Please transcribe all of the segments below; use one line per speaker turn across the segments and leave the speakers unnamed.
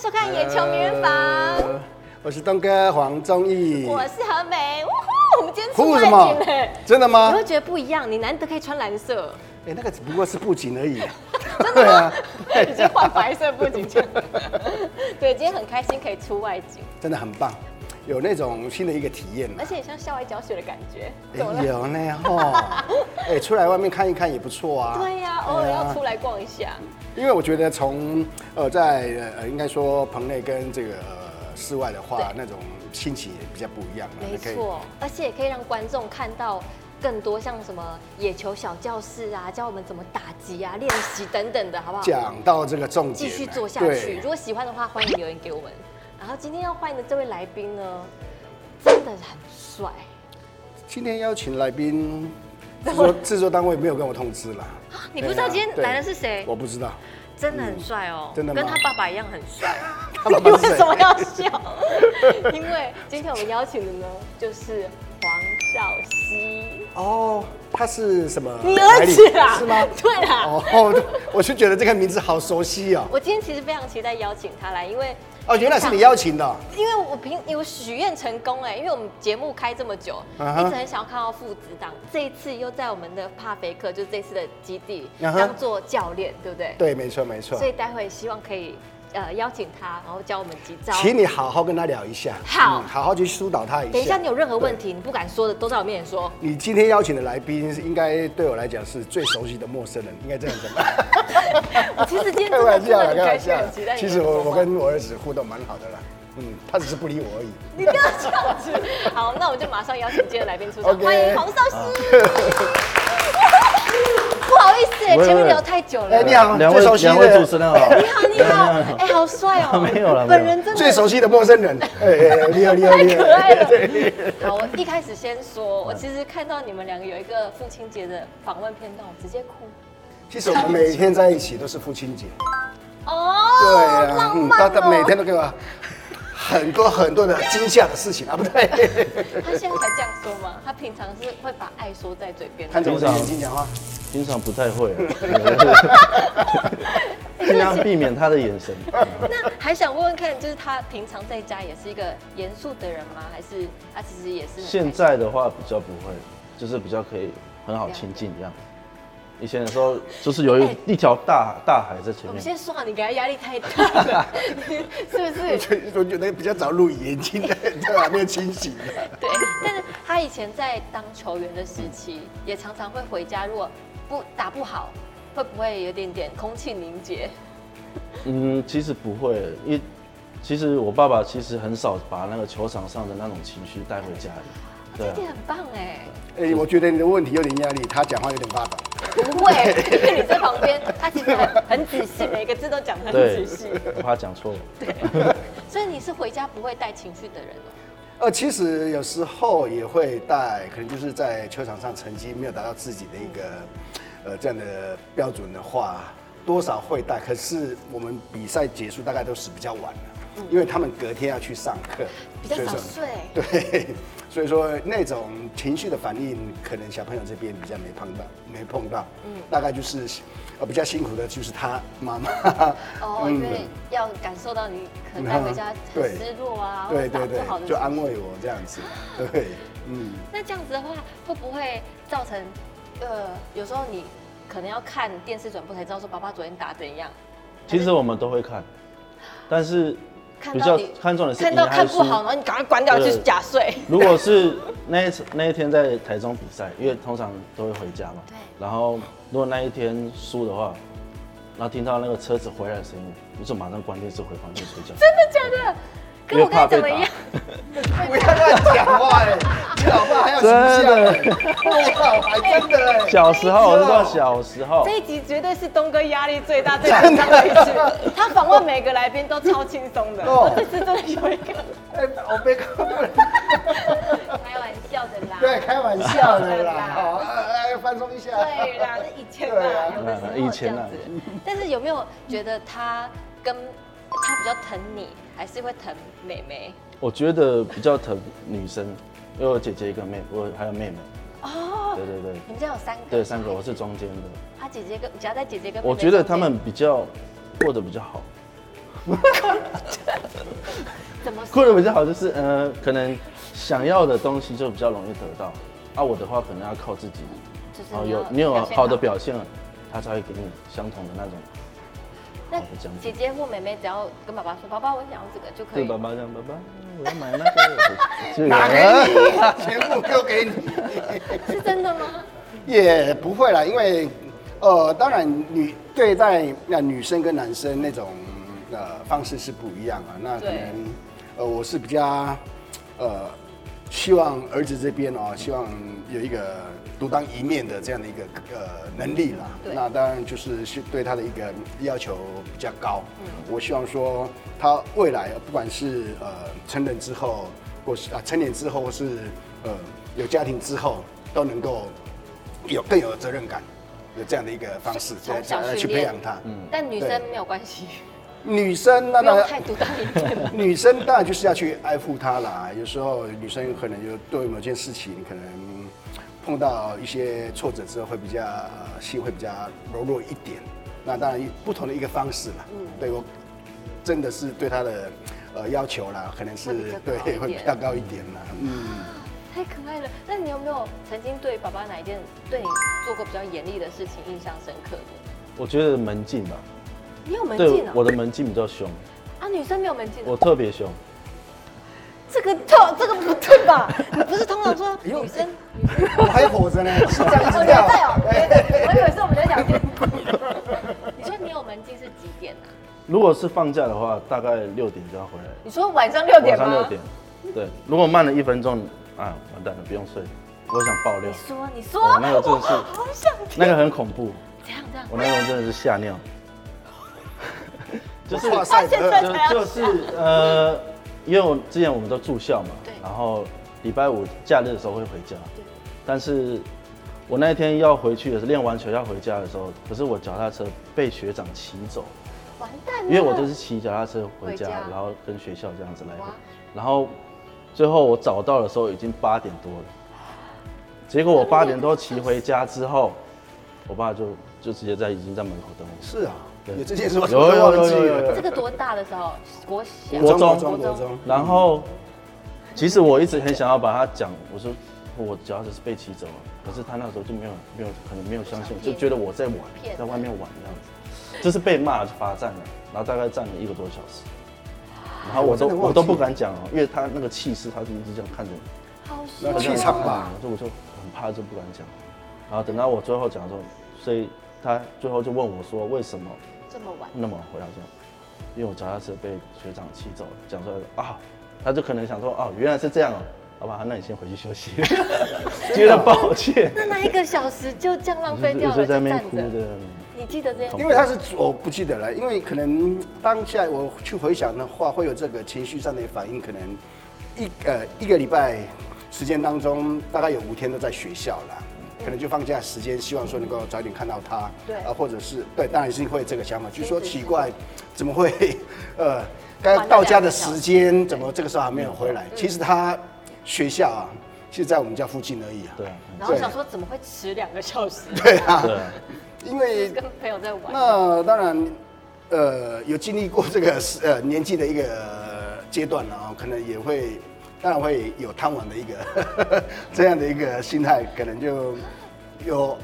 收看《野球名人房》
呃我是东哥黄宗义。
我是何美。呜呼，我们今天出
呼
外
什么啊
景嘞，？
真的
你
吗？
会觉得不一样，你难得可以穿蓝 色，
哎、那个只不过是布景而已、啊。对啊，
已经换白色布景了。 对，今天很开心可以出外景，
真的很棒，有那种新的一个体验啊
而且也像校外教学的感觉，
哎
懂了？
有呢吼，哎、出来外面看一看也不错啊。
对呀、偶尔
对啊
要出来逛一下。
因为我觉得从呃在呃应该说棚内跟这个、呃、室外的话
对，
那种心情也比较不一样了。
没
你可以
错，而且也可以让观众看到更多像什么野球小教室啊，教我们怎么打击啊、练习等等的，好不好？
讲到这个重点了，啊
继续做下去。
对
如果喜欢的话，欢迎留言给我们。然后今天要欢迎的这位来宾呢，真的很帅，
今天邀请来宾，制作制作单位没有跟我通知啦。
你不知道
对啊
今天
对
来的是谁
我不 知道，
真的很帅哦，
嗯真的吗
跟他爸爸一样很帅。
他
你
爸爸是
为
谁
什么要笑？ 因为今天我们邀请的呢，就是黄少熙，
哦，他是什么？
你儿子啊啦，
是吗？
对啦。
哦， 我就觉得这个名字好熟悉哦。
我今天其实非常期待邀请他来，因为
哦，原来是你邀请的哦。
因为我平有许愿成功哎，因为我们节目开这么久
啊哈
一直很想要看到父子档，这一次又在我们的帕菲克，就是这次的基地、
啊哈
当做教练，对不对？
对，没错没错
所。以待会希望可以呃邀请他，然后教我们几招。
请你好好跟他聊一下，嗯
好
好好去疏导他一下。
等一下你有任何问题你不敢说的，都在我面前说。
你今天邀请的来宾，应该对我来讲是最熟悉的陌生人，应该这样讲吧？
我其实今天
开
真的
玩
真
笑
的
啦，
很 开
开玩
心，
笑啦
很期待。你
其
的
实我
说
我
话
跟我儿子互动蛮好的啦，嗯，他只是不理我而已。
你不要这样子。好，那我就马上邀请今天的来宾出场，
OK
欢迎黄少熙。 不好意思，欸前面聊太久了
哎，。你好，
两
最
位
熟悉
两位
的
主持人啊好，
你好，你 好，哎，好帅哦！
没有啦没有啦
本人真的
最熟悉的陌生人，哎哎哎，厉害厉害
太
厉
可爱
害！
了。好，我一开始先
嗯
说，我其实看到你们两个有一个父亲节的访问片段，我直接哭。
其实我们每天在一起都是父亲节，
哦，
对
嗯
好
啊，
浪漫
他每天
哦！
都给我很多很多的惊吓的事情啊，不对，
他现在才这样说吗？他平常是会把爱说在嘴边的。
看着我的眼睛讲话，
经常不太会、啊 尽
那
量避免他的眼神。
那还想问问看，就是他平常在家也是一个严肃的人吗？还是他其实也是很
现在的话比较不会，就是比较可以很好亲近这样。以前的时候就是有一
哎
一条大大海在前
我们
面，
先说好，啊你给他压力太大 了，是不 是？
所以我觉得比较早入眼睛 在在啊还没有清醒的。
对，但是他以前在当球员的时期，也常常会回家，如果不打不好，会不会有点点空气凝结？
嗯，其实不会，因为其实我爸爸其实很少把那个球场上的那种情绪带回家里。对
这
啊，
点很棒哎，
哎，我觉得你的问题有点压力，他讲话有点发抖。
不会，因为你在旁边，他其实很很仔细，每个字都讲得很
对
仔细，，
我怕讲错了。
所以你是回家不会带情绪的人哦。
呃，其实有时候也会带，可能就是在球场上成绩没有达到自己的一个呃这样的标准的话，多少会带。可是我们比赛结束大概都是比较晚了，因为他们隔天要去上课，
嗯比较
所以
早
说
睡
对，所以说那种情绪的反应，可能小朋友这边比较没碰到，没碰到。嗯，大概就是呃比较辛苦的就是他妈妈。
哦，因为要感受到你可能带回家很
嗯对
失落啊，或
对
者打
对
不好的
对，
时
就
候。
安慰我这样子。 对，嗯。
那这样子的话，会不会造成，呃，有时候你可能要看电视转播才知道说爸爸昨天打怎样，
其实我们都会看，但是
看
比
到
较
你
看重的是
看到
赢还
看不
输
好，然后你赶快关掉
对
去假 睡。
如果是那一次 那一天在台中比赛，因为通常都会回家嘛。
对
然后如果那一天输的话，然后听到那个车子回来的声音，我就马上关电视回房间睡觉。
真的假的？跟我刚才讲的一样，
不要乱讲话哎，你老爸还有形象哎，哇，还真的哎，
小时候，我是说小时候
这，一集绝对是东哥压力最大、最紧张的一次。他访问每个来宾都超轻松的，
哦
我这次真的有一个
哎，我被搞到了，
开玩笑的啦。
啊
对，开玩笑的啦，好，哎，哎放松一下，
对啦，那以前
对
啦
啊，
嗯
有的时候
以
这
前
样
啦
子。但是有没有觉得他跟他比较疼你，还是会疼妹妹？
我觉得比较疼女生，因为我姐姐一个妹，我还有妹妹。
哦，
对对对，
你们家有三个？哎啊
对三个我是中间的，
他姐姐跟夹在姐姐跟妹妹
我觉得
中间
他们比较过得比较好。
怎么说
困得比较好就是，呃，可能想要的东西就比较容易得到。啊，我的话可能要靠自己，
就是
哦，
你
有
要
你有
表现
好
好
的表现了，他才会给你相同的那种。
那
好这样子
姐姐或妹妹只要跟爸爸说：“爸爸，我想要这个就可
对
以。
爸”爸这样，爸爸，我要买那个， 就有
拿给
人
你，全部丢给你。
是真的吗？
也不会啦，因为呃，当然女对待那女生跟男生那种呃方式是不一样啊。那可
对
能呃，我是比较呃，希望儿子这边哦，希望有一个独当一面的这样的一个呃能力啦。
对
那当然就是是对他的一个要求比较高。
嗯
我希望说他未来不管是呃成人之后，或是啊、成年之后，或是呃有家庭之后，都能够有更有责任感，有这样的一个方式，这
从
样
小
这样去
训
培
练
养他。嗯，
但女
对
生没有关系，
女生那
不用
当然
太独当一面。
女生当然就是要去爱护她啦。有时候女生有可能就对某件事情，可能碰到一些挫折之后，会比较呃心会比较柔弱一点。那当然不同的一个方式啦。嗯，对我真的是对她的呃要求啦，可能是
会比较高一
对
点
会比较嗯高一点啦。嗯，
太可爱了。那你有没有曾经对爸爸哪一件对你做过比较严厉的事情印象深刻的？
我觉得门禁吧，
你有门
对
禁啊？
我的门禁比较凶，
啊，女生没有门禁啊
我。特别凶。
这个特这个不对吧？你不是通常 说女生？女生
我还活着呢， 是这样一
哦，
直
你还
跳。
在哦，对对，我以为是我们在讲电视你说你有门禁是几点啊？
如果是放假的话，大概六点就要回来，
你说晚上六点
晚
吗？
上六点。对，如果慢了一分钟，啊，完蛋了，不用睡了。我想爆料
你，说，你说，
哦那个真的是
我好想听。
那个很恐怖，
这样这样
我，那种真的是吓尿， 就是
哇塞
现在
这
才要
就就是呃，因为我之前我们都住校嘛，
对
然后礼拜五假日的时候会回家，
对
但是我那一天要回去的时候，练完球要回家的时候，可是我脚踏车被学长骑走，
完蛋了。
因为我都是骑脚踏车回家，
回家
然后跟学校这样子来回
哇，
然后最后我找到的时候已经八点多了，结果我八点多骑回家之后，我爸就就直接在已经在门口等我，
是啊，
对
有这件事我
有有有
忘记
有有有
了。
这个多大的时候？国小。
国中
国
国
中，
中
国中。
然后其实我一直很想要把他讲，我说我脚踏车是被骑走了，可是他那时候就没有没有可能没有相信，
骗
就
你
觉得我在玩
骗，你
在外面玩这样子，就是被骂就罚站了，然后大概站了一个多小时。然后我都
我真的忘记了
我都不敢讲哦，因为他那个气势，他就一直这样看着你。
好
那气场吧
所以我就很怕，就不敢讲。然后等到我最后讲的时候，所以他最后就问我说：“为什么
这么晚，
那么晚回来？”我说：“因为我脚踏车被学长骑走了。”讲出来说啊，他就可能想说：“哦，原来是这样哦，好吧，那你先回去 休息。”觉得抱歉，
那那一个小时就这样浪费掉了，
我就
就
在
站
那边哭
着。
的。
你记得这件
因为他是我不记得了，因为可能当下我去回想的话，会有这个情绪上的反应，可能一呃一个礼拜时间当中，大概有五天都在学校啦。可能就放假时间，希望说能够早点看到他，
对
啊，或者是对，当然是会有这个想法，就说
对对
奇怪，怎么会， 呃，该到家的时间怎么这个时候还没有回来？其实他学校啊，是在我们家附近而已啊，
对啊，
然后想说怎么会迟两个小时？
对啊
对，啊，
因为
跟朋友在玩。
那当然，呃，有经历过这个时呃年纪的一个呃阶段了啊、可能也会，当然会有贪玩的一个 这样的一个心态，可能就有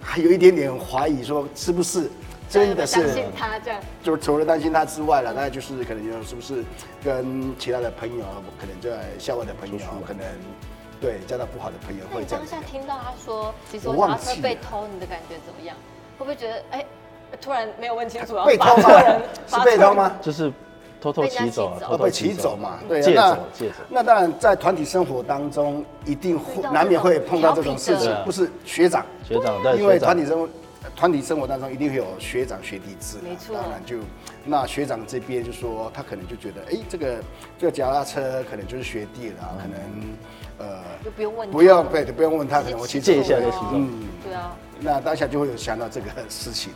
还有一点点怀疑，说是不是真的
担
是
心他这样，
就除了担心他之外了，那就是可能就是不是跟其他的朋友，可能在校外的朋友，可能对交到不好的朋友
那
会
你
这样
当
子
下。听到他说，其实
我
我脚踏
忘记
车
了
被偷，你的感觉怎么样？会不会觉得哎，突然没有问清楚，然后
被
罚
偷吗
错人？？
是
罚错
被
人
偷吗？
就是偷偷骑走啊，
被人家骑走
偷
哦，
偷
被骑走嘛，对、啊，
借
那
走借走。
那当然，在团体生活当中，一
遇
定
到这
会
种
难免会碰到这种事
调皮
情
的，
不是学长，
学长啊对啊
因为
学长
团体生活，团体生活当中一定会有学长学弟制嘛，啊
没错
当然就那学长这边就说，他可能就觉得，哎，这个这个脚踏车可能就是学弟
嗯
了，可能呃
就不用问他
不用对，不用问他，可能我
直接
去
借一下
骑走
就骑走
了。对啊，
那当下就会有想到这个事情。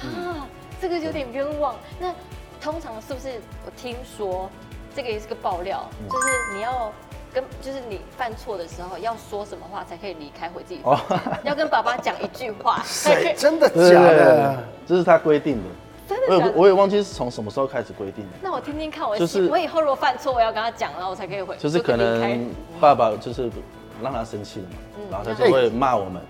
啊，这个有点冤枉。那通常是不是我听说，这个也是个爆料，
嗯
就是你要跟，就是你犯错的时候要说什么话才可以离开回自己
哦
房 间，要跟爸爸讲一句话才可以
哎谁。真的
对
假
对对
的？
这是他规定的。
真的真的
我
假
也不
的？
我也忘记是从什么时候开始规定的，
那我听听看，我、
就是
我以后如果犯错，我要跟他讲，然后我才可以回，
就是可
我就离
能
开嗯
爸爸就是让他生气了嘛，然后他就会骂我们，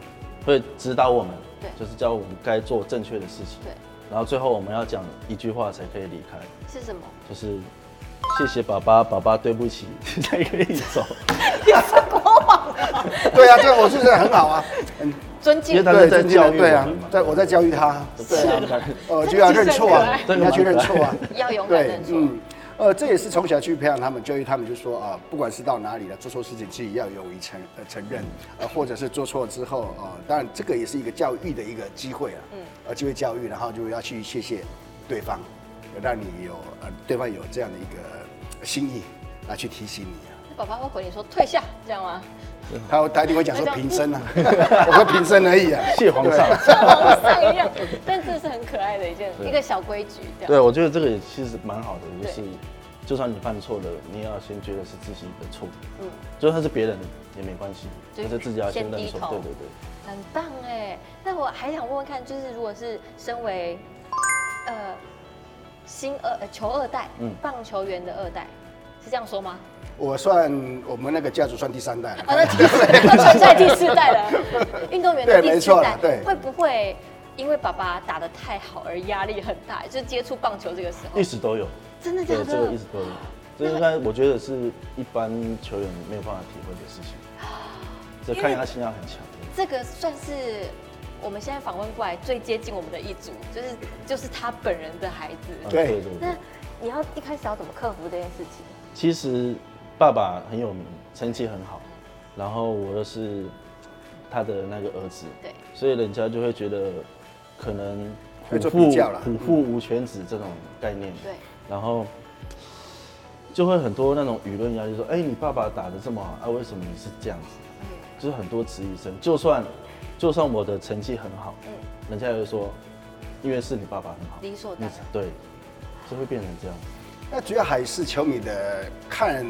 会指导我们
对，
就是教我们该做正确的事情。
对，
然后最后我们要讲一句话才可以离开，
是什么？
就是谢谢爸爸，爸爸对不起 才可以走，
对啊，这我是觉得很好啊，嗯，
尊
因为
敬
他是在教育
对
我
啊
们嘛，。
在我在教育他，对啊，呃，就
这个
要
其实
认错
很可
啊
爱，
这
你
个
要去
蛮
认
可爱
错啊，
要勇敢
对
认，错。
嗯，呃，这也是从小去培养他们，教育他们，就说啊、不管是到哪里了，做错事情自己要勇于承呃承认，呃，或者是做错之后啊、当然这个也是一个教育的一个机会啊，嗯，呃，机会教育，然后就要去谢谢对方，让你有呃对方有这样的一个心意来去提醒你啊。
那爸爸会回你说退下，这样吗？
他他一定会讲说平身啊， 我说平身而已啊，
谢皇上。
皇上一样，但这是很可爱的一件
对
一个小规矩，这样。
对，我觉得这个也其实蛮好的，就
对
是就算你犯错了，你也要先觉得是自己的错，
嗯
嗯，就算是别人的也没关系，
就
但是自己要先认
先低
错，
头
对对对，
很棒哎。那我还想问问看，就是如果是身为呃新二呃球二代，
嗯
棒球员的二代，是这样说 吗？
我算我们那个家族算第三代了
啊，。那第四代，现在第四代了， 运动员的
对
第
没
四
错
代
啦，对
会不会因为爸爸打得太好而压力很大？就是接触棒球这个时候
一，直都有，
真的假
对
的？
这个一直都有，这应该我觉得是一般球员没有办法体会的事情，
啊
这抗压性要很强。
这个算是我们现在访问过来最接近我们的一组，就是就是他本人的孩
嗯
子。
对
对对对
那，你要一开始要怎么克服这件事情？
其实爸爸很有名，成绩很好，然后我又是他的那个儿子，
对，
所以人家就会觉得可能
会
虎
做
父
比较啦嗯
虎父无犬子这种概念，
对，
然后就会很多那种舆论压力，说，哎、你爸爸打的这么好，啊，为什么你是这样子？就是很多质疑声，就算就算我的成绩很好，
嗯
人家也会说，因为是你爸爸很好，
理所当然
你对，就会变成这样。
那主要还是球迷的看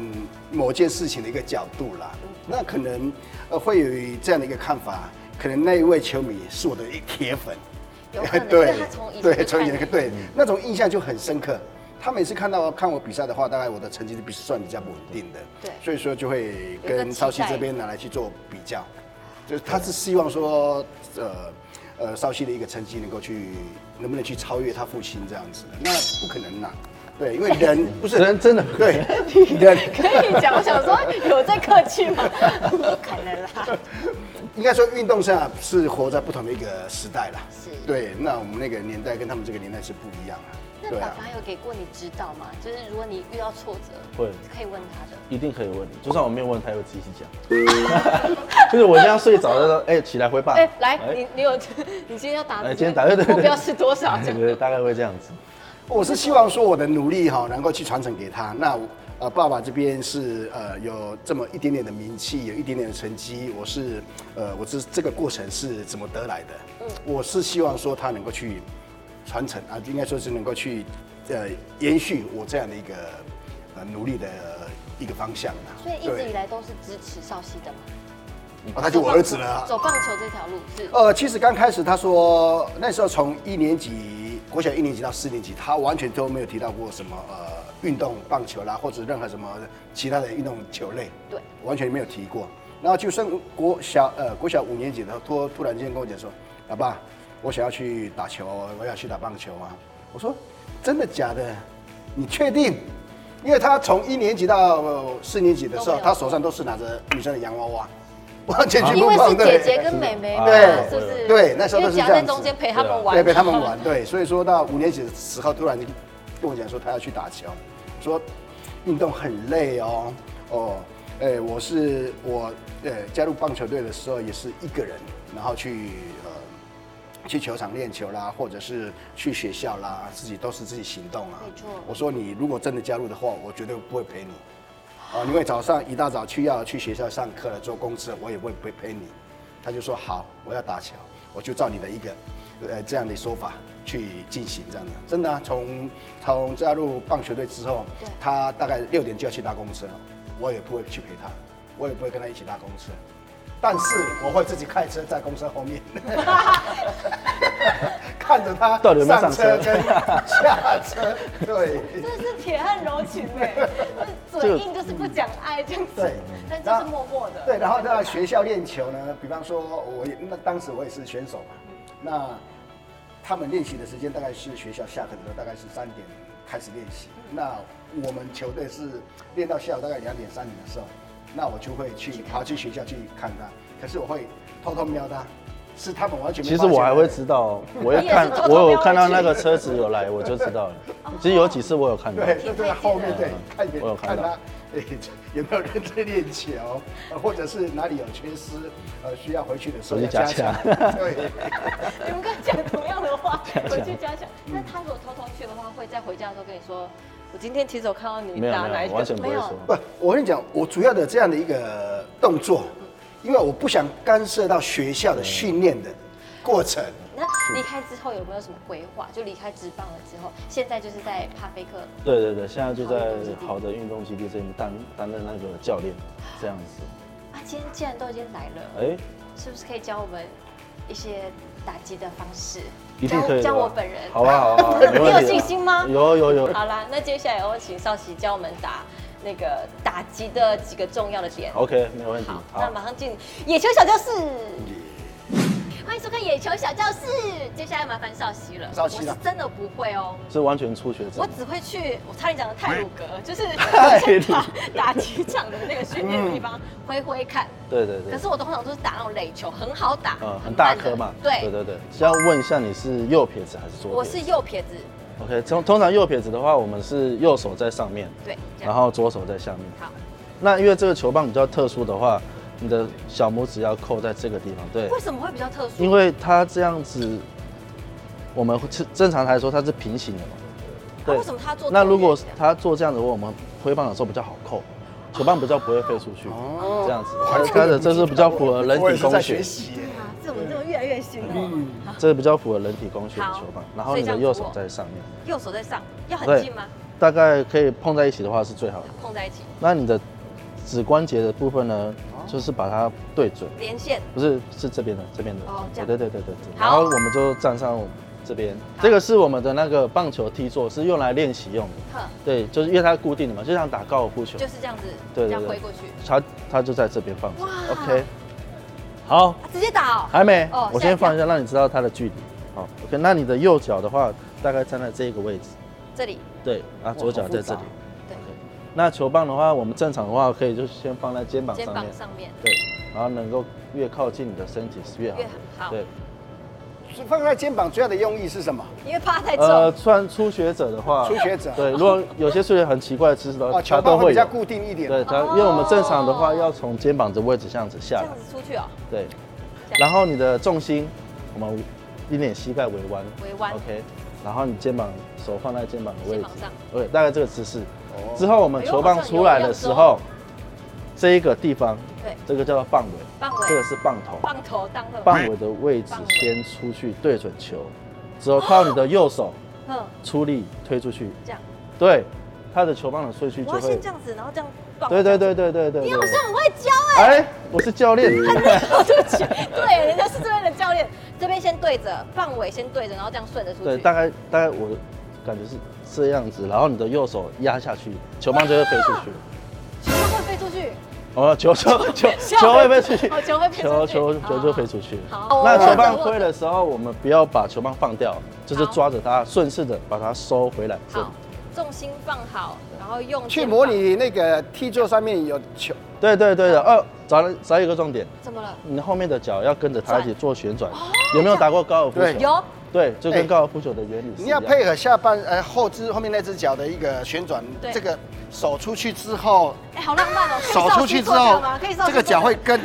某件事情的一个角度啦。那可能呃会有这样的一个看法，可能那一位球迷是我的一铁粉
有可能，因为
对
他从以前就
对，
看
从以
你
前对那种印象就很深刻。他每次看到看我比赛的话，大概我的成绩就比算比较稳定的，
对
所以说就会
有一个
跟绍
期
兴
待
这边拿来去做比较，就是他是希望说，呃呃，绍兴的一个成绩能够去能不能去超越他父亲这样子的，那不可能啦、对，因为 人不是
人真的
对，人
可以讲，我想说有在客气吗？ 不可能
啊
啦。
应该说运动上是活在不同的一个时代啦。
是
对，那我们那个年代跟他们这个年代是不一样的。
那
对
爸
啊，
爸有给过你指导吗？就是如果你遇到挫折，
会
可以问他的。
一定可以问，就算我没有问，他也会自己讲。 就是我这样睡着了，哎、起来回爸。
哎，来，
哎
你你有 你今天要打的
哎今天打对对对哎
目标是多少？这
对
样
对，大概会这样子。
哦我是希望说我的努力哈、能够去传承给他。那我呃，爸爸这边是呃有这么一点点的名气，有一点点的成绩，我是呃，我知这个过程是怎么得来的。
嗯
我是希望说他能够去传承啊，应该说是能够去呃延续我这样的一个呃努力的一个方向啊
所以一直
对
以来都是支持少熙的嘛。
哦，他就我儿子了啊、
走棒球这条路是
呃，其实刚开始他说那时候从一年级，国小一年级到四年级，他完全都没有提到过什么呃运动棒球啦，或者任何什么其他的运动球类，
对，
完全没有提过。然后就升国小呃国小五年级的时候，突突然间跟我讲说，爸爸，我想要去打球，我要去打棒球啊。我说真的假的？你确定？因为他从一年级到呃四年级的时
都
候
没，有
他手上都是拿着女生的洋娃娃，完 全去
啊因
不
为
碰
是
的。
姐姐跟妹妹嘛，
对
是不是？
对那时候
因
都
为只
是
要
这
在
样子
中间陪他们玩，
对，陪他们玩，对，所以说到五年级的时候，突然就跟我讲说他要去打球，说运动很累哦，哦，哎、我是我呃加入棒球队的时候也是一个人，然后去呃去球场练球啦，或者是去学校啦，自己都是自己行动啊。
没错
我说你如果真的加入的话，我绝对不会陪你。啊，因为早上一大早去要去学校上课了，做公司了，我也不会陪陪你。他就说好，我要打球，我就照你的一个呃这样的说法去进行这样的。真的、啊，从从加入棒球队之后
对，
他大概六点就要去搭公车了，我也不会去陪他，我也不会跟他一起搭公车。但是我会自己开车在公车后面， 看着他
到底有没有上车
跟下车，对
真的是铁汉柔情哎， 就是
这
嘴
个
硬就是不讲爱这样子
对，
但就是默默的。
对。然后在学校练球呢，比方说我也那当时我也是选手嘛，那他们练习的时间大概是学校下课的时候，大概是三点开始练习。那我们球队是练到下午大概两点三点的时候，那我就会去跑去学校去看他，可是我会偷偷瞄他，是他们完全没
其
发
实
现
我还会
的
知道 哦，我会
你也是
看
偷，偷
我有
瞄
看到
回去
那个车子有来，我就知道了。其实有几次我有看到，
对，就在后面对
嗯，
看一
我有
眼
看
看
到
他，诶，有没有人在练球，呃或者是哪里有缺失，呃，需要回去的时候
回
要
去加
加强。对，
你们刚刚讲同样的话，回去加想。那他如果偷偷去的话，会在回家的时候跟你说：“我今天其实我看到 你
没有
打哪一
没
球。”
有，完全不会说。
不，我跟你讲，我主要的这样的一个动作，因为我不想干涉到学
嗯
校的训练的过程。
那离开之后有没有什么规划？就离开职棒了之后，现在就是在帕菲克。
对对对，现在就在
好
好的运动基地这边担担任那个教练，这样子。
啊，今天既然都已经来了，
哎，
是不是可以教我们一些打击的方式？
一定可以的。
教教我本人。
好啊好啊，好啊没
你有
问题啊
信心吗？
有有有。
好啦，那接下来我请少奇教我们打那个打击的几个重要的点。
OK，没有问题
好。，那
好，
马上进野球小教室。欢迎收看野球小教室，接下来麻烦少熙了。
少熙了
我是真的不会哦，
是完全初学者
我。只会去，我差点讲的泰鲁格， 就是
泰鲁
打打击场的那个训练地
嗯
方挥挥看。
对对对。
可是我通常都是打那种垒球，很好打，
嗯，很大
慢的
颗嘛。对
对，
对对。先要问一下，你是右撇子还是左撇子？
我是右撇子，
OK，通通常右撇子的话，我们是右手在上面，
对这样
然后左手在下面。
好，
那因为这个球棒比较特殊的话，你的小拇指要扣在这个地方，对，
为什么会比较特殊？啊
因为它这样子，我们会是正常来说它是平行的嘛，
那为什么它做
那
左
如果
撇子啊
它做这样子的话，我们挥棒的时候比较好扣，球棒比较不会飞出去，
哦
这样子。它的这是比较符合人
我也
体
是
工
在学
学，嗯
习耶。嗯
啊，这怎么这么越来啊越新了？
这是比较符合人体工学的球棒
好。
然后你的
所以这样子
右手
握
在上面，
右手在上，要很
对
近吗？
大概可以碰在一起的话是最好的。
碰在一起，
那你的指关节的部分呢，
哦
就是把它对准，
连线。
不是是这边的，这边的。
哦这样
对对对对对。
好
然后我们就站上这边，这个是我们的那个棒球踢座，是用来练习用
哼
的。对，就是因为它固定的嘛，就像打高尔夫球
就，是这样子，
对对对
这样挥过去，
它它就在这边放着。
哇
OK，好，
啊直接打哦。
还没
哦，
我
吓一跳
先放一下，让你知道它的距离。好，OK，那你的右脚的话，大概站在这个位置，
这里，
对，啊，左脚在这
好
里
复。
对，
那球棒的话，我们正常的话可以就先放在肩膀
肩
上
膀
面。
上面
对，然后能够越靠近你的身体是越好的。
越好。
对，
是放在肩膀主要的用意是什么？
因为怕太重，
呃，算初学者的话，
初学者
啊对，如果有些初学者很奇怪的姿势的话，
哦，球
他
棒
都
会
会
比较
有。
固定一点。
对，它
哦
因为我们正常的话要从肩膀的位置这样子
这
下来
样，子出去哦，
对
这样，
然后你的重心，我们一点膝盖微弯，
微弯
，OK，然后你肩膀手放在肩膀的位置
肩膀上哎
，OK，大概这个姿势。
哦
之后我们球棒出来的时候，这一个地方，
对，
这个叫做棒尾，
棒尾
这个是棒头，
棒头当头，
棒尾的位置先出去对准球，之后靠你的右手
嗯，
出力推出去，
这样，
对，它的球棒的顺序就
我要
会
先这，样子，然后这样棒。
对对，对对对对
你
对
好。像很会教哎、
哎，我是教练，
对不起，对，人家是这边的教练，这边先对着棒尾，先对着，然后这样顺着出去。
对，大概大概我感觉是这样子，然后你的右手压下去，球棒就会飞出 去。
球会飞出去，
哦，球球球球会飞出去
哦，球会飞出去
球球
哦
球就飞出去。
好
那
我
球
握
棒
着
挥的时候，我们不要把球棒放掉，就是
好
抓着它，顺势的把它收回来。这里
好，重心放好，然后用
去
肩
模
膀。
拟那个踢座上面有球，
对对对的，哦，找了找一个重点，
怎么了？
你后面的脚要跟着它一起做旋转，有没有打过高尔夫球？
对
哦有，
对，就
哎
跟高尔夫球的原理是一
你
样
要
的。
配合下半呃后肢后面那只脚的一个旋转
对，
这个手出去之后，
哎、好浪漫哦、可以
手
少
出
膝
去之
做这
后
个吗可以，
这个脚会跟。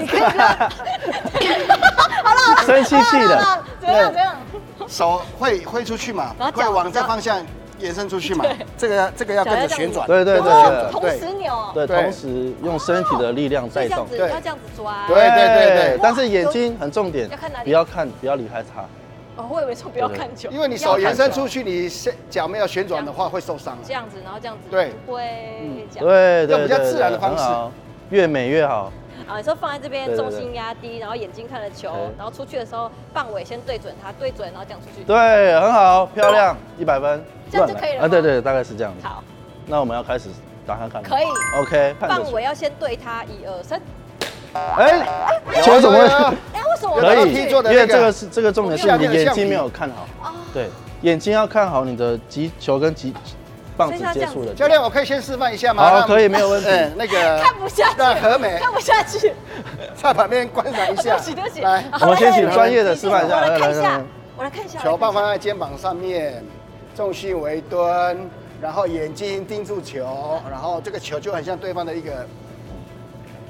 生气气
的
的，。
怎么样？怎么样？
手会挥出去嘛
然后，脚
会往这方向延伸出去嘛，这个这个要跟着旋转，
对对对
哦
对
同时扭哦。
对，
对
同时用身体的力量
所以
带
这样
动。
子
对
要这样子抓。
对对对
但是眼睛很重点
要看哪里，
不要看，不要离开它。
哦，我以为说不要看球，
因为你手延伸出去，你先脚没有旋转的话会受伤啊。
这样子，然后这样子
对嗯
会这样。
对对，
用比较
对
自然的
对
方式
很好越美越好。
啊，你说放在这边
对对
重
对哎
心压低，然后眼睛看着球
OK，
然后出去的时候棒尾先对准它，对准然后这样出去。
对，很好，漂亮，一百分，
这样就可以了吗
啊，对对，大概是这样子。
好，
那我们要开始打看看吗。
可以
OK，判
棒
个
尾要先对它，一二三。
哎，
球怎么会？
哎，为什么我
可
没
以
有
踢
去
错的
因为
那个
这个是这个重点是
下
你
面的
眼
橡皮
睛没有看好，
哦
对，眼睛要看好你的击球跟击棒
所
子
以他这
接
样
触的地方。
教练，我可以先示范一下吗？
好
让
可以没有问 题
哎那个
看不下去？
让何美
看不下去。
在旁边观赏一
对
下。
不起，对不起。
来，
好
我们先
来
请
来
专业的示范一下
我来看一
来来
下
来，
我来看一下。
球棒
吗？
放在肩膀上面，重心为蹲，然后眼睛盯住球，然后这个球就很像对方的一个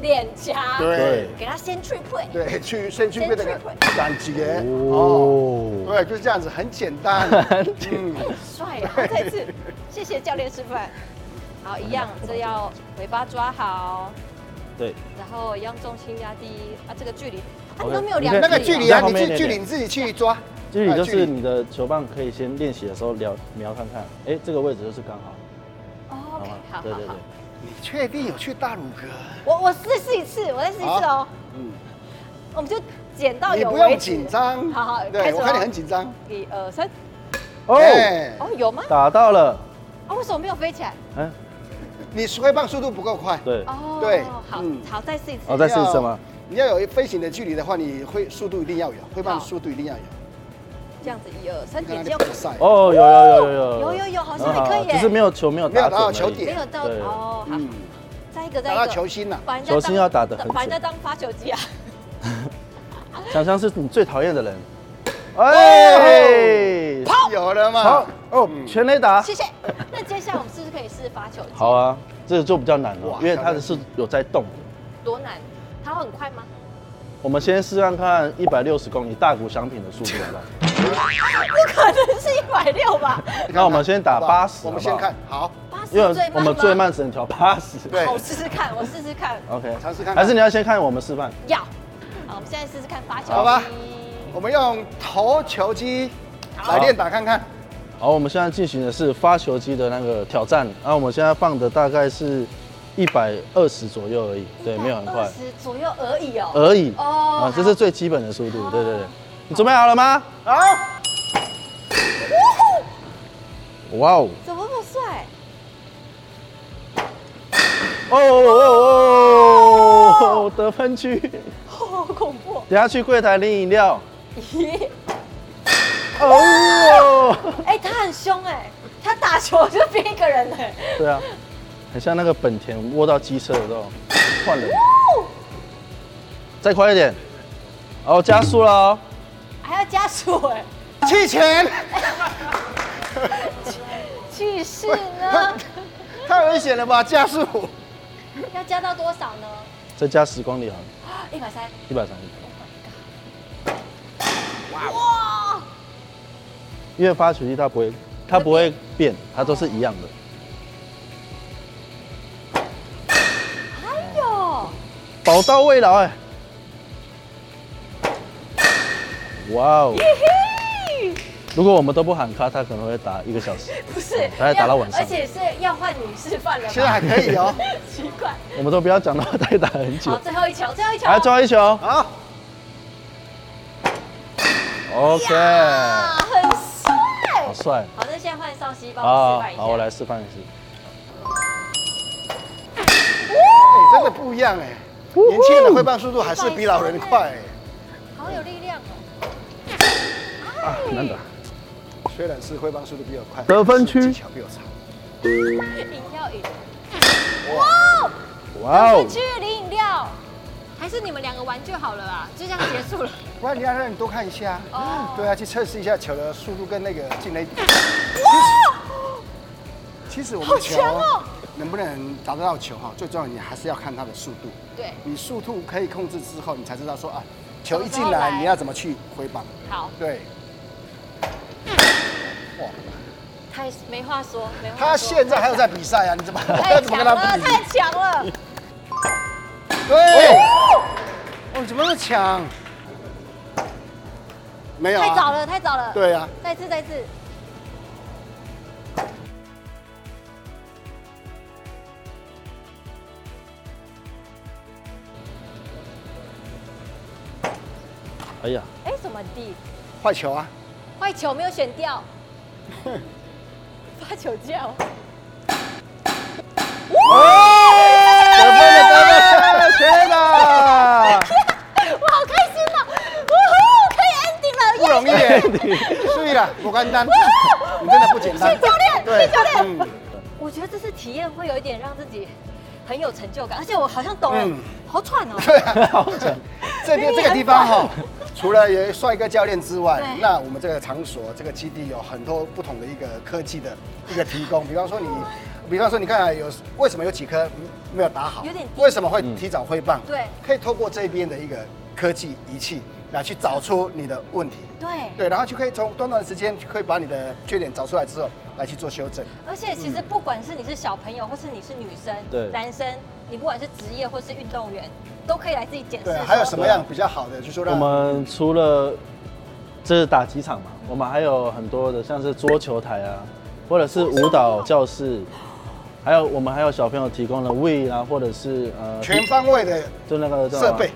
脸颊。
对
给它先去 play。
对去先去被这个
先
感觉哦，
哦，
对，就是这样子，很简 单。嗯，
帅啊！再次，谢谢教练示范。好，一样，这要尾巴抓好，
对，
然后一样重心压低啊，这个距离啊，
OK，
你都没有
你
量
看
那个距离啊，你
你在旁边
自
那
距离
边
你自己去抓，
这里就
啊距
是
离
你的球棒可以先练习的时
呃
候瞄瞄看看，哎，这个位置就是刚
哦
好，好
OK，
吗？
好
对
好
对
好
对，。
你确定有去大鲁阁？
我我试试一次，我再试一次哦。
嗯，
我们就剪到
你
哦有
不
为
用
止。
紧张。
好好开
对
始
我看你
咯
很紧张。
一二三，
哦，
哎，
哦，有吗？
打到了，
啊，为什么没有飞起来？
哎，
你挥棒速度不够快。
对，
哦，
对
好
嗯
好，再试一次。
哦，再试一次吗？
你要有飞行的距离的话，你挥速度一定要有，挥棒
好
速度一定要有。
这样子，一二三，
看
眼
他
睛要
的比赛，
哦，有有有有
有有有好像还可以耶
只是没有球没有
没有
打
打到
准而已
球点
没有到
对
哦，好
嗯，，
再一个，再
打
一
到
个，
球心呐。
把人家当
球心要打得很
把人家
准
当发球机啊。
想象是你最讨厌的人，
哦
哎，
有了嘛
好？哦，
嗯
全垒打
谢，谢。那接下来我们是不是可以试发球机？
好啊，这个就比较难了
哇，
因为它的是有在动的。
多难？它会很快吗？
我们先试看看一百六十公里大谷翔平的速度好不好？
不可能是一百六吧？
那我们先打
好不好
八十，
我们先看，好，
八十
因为
最慢吗
我们最。慢只能调八十。
对
好，我试试看，我试试看。
，OK，
尝试看看
还是你要先看我们示范？
要。好，我们现在试试看发球机。
好吧我们用投球机来练打看看。
好，我们现在进行的是发球机的那个挑战，然后我们现在放的大概是一百二十左右而已，对，没有很快呃
二，十左右而已哦。
而已。
哦
啊，这是最基本的速度，对对对。你准备好了吗？
好，
哇哦，
怎么那么帅？
哦哦哦哦，得分区，
好恐怖！
等下去柜台领饮料。
咦？
哦哟。
哎，他很凶哎，他打球就变一个人哎。
对啊，很像那个本田握到机车的时候换人，
哦
再快一点，哦，加速了哦，
还要加速哎，
弃权，
气势 呢？
太危险了吧？加速，
要加到多少呢？
再加十公里好了，
一百三。
一百三十，
哇！
因为发球机它不会，它不会变，它都是一样的。
哎呦！
宝刀未老哎，哇哦！
嘿
如果我们都不喊卡，它可能会打一个小时。
不是，
大概打到晚上
而且是要换女示范了吧。
现在还可以 哦。
奇怪。
我们都不要讲到它打很久
好，。最后一球，最后一球。
来，最后一球
好，哎
，OK，
啊，很帅。
好帅
好，那现在换少熙帮我示
啊
范！一下。
好，我来。示范一次。
哎真的不一样哎。年轻人的挥棒速度还是比老人快，
好有力量哦。
啊，难打。
虽然是挥棒速度比我快，
得分区
但是技巧比我差。
饮料饮。
哇哦
去！领饮料。还是你们两个玩就好了啦，就这样结束 了。
不然你要让你多看一下
哦，
对啊，去测试一下球的速度跟那个进垒点。其实我
好
们球
强哦
能不能砸得到球哈，最重要你还是要看它的速度。
对，
你速度可以控制之后，你才知道说啊，球一
什么时候
进
来
来
哦
你要怎么去挥棒。
好，
对，哇，
太没话说，没话说。
他现在还有在比赛啊，你怎么
太
要 怎么
强
跟他
了，
比？啊
太强了。
对，哦，怎么那么强？没有
太早
啊，
了，太早了。，
对啊，
再次，再次。
哎呀，
哎，怎么地？
坏球啊！
坏球没有选 掉，发球叫。哎
得分了，得分了，学了，
我好开心哦！呜呼，可以 ending
不
了！
容易耶， 注意了，不简单，你真的不简单。
谢教练
对，
谢教练
嗯
我觉得这次体验会有一点让自己很有成就感，而且我好像懂了，
嗯
好喘 哦。
对啊，这边这个地方哈，除了有帅哥教练之外
对，
那我们这个场所这个基地有很多不同的一个科技的一个提供，比方说你，比方说你看啊有为什么有几颗没有打好，
有点低嗯
为什么会提早挥棒？
对
可以透过这边的一个科技仪器来去找出你的问题，
对，
对，然后就可以从短短的时间就可以把你的缺点找出来之后来去做修正。
而且其实不管是你是小朋友，或是你是女生、
对
男生，你不管是职业或是运动员，都可以来自己检视
对
说。，
还有什么样比较好的？就说
我
让
们除了这是打击场嘛，我们还有很多的，像是桌球台啊，或者是舞蹈教室，还有我们还有小朋友提供了 We 啊，或者是呃，
全方位的
就那个叫什
设
么
备。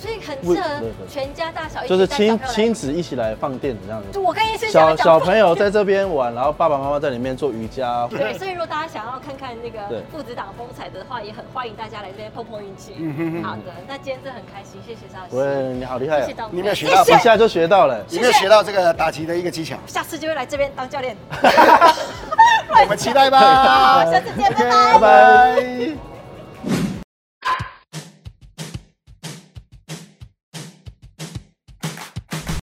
所以很适合
对对对
全家大小一起
就是
带小
亲
朋友来
亲子一起来放电这样子
就。我跟医生
小小朋友在这边玩，然后爸爸妈妈在里面做瑜伽。或
对，所以如果大家想要看看那个
对
父子档风采的话，也很欢迎大家来这边碰碰运气。好的，那今天真的很开心，谢谢邵
喂，
西，
你好厉
谢
害
谢
哦！
董
你没有学 到
谢
谢
一
谢，
下就学到了。
有没有学到这个打击的一个技巧？
下次就会来这边 当教练。
我们期待吧。
好，下次见，拜拜。
拜拜。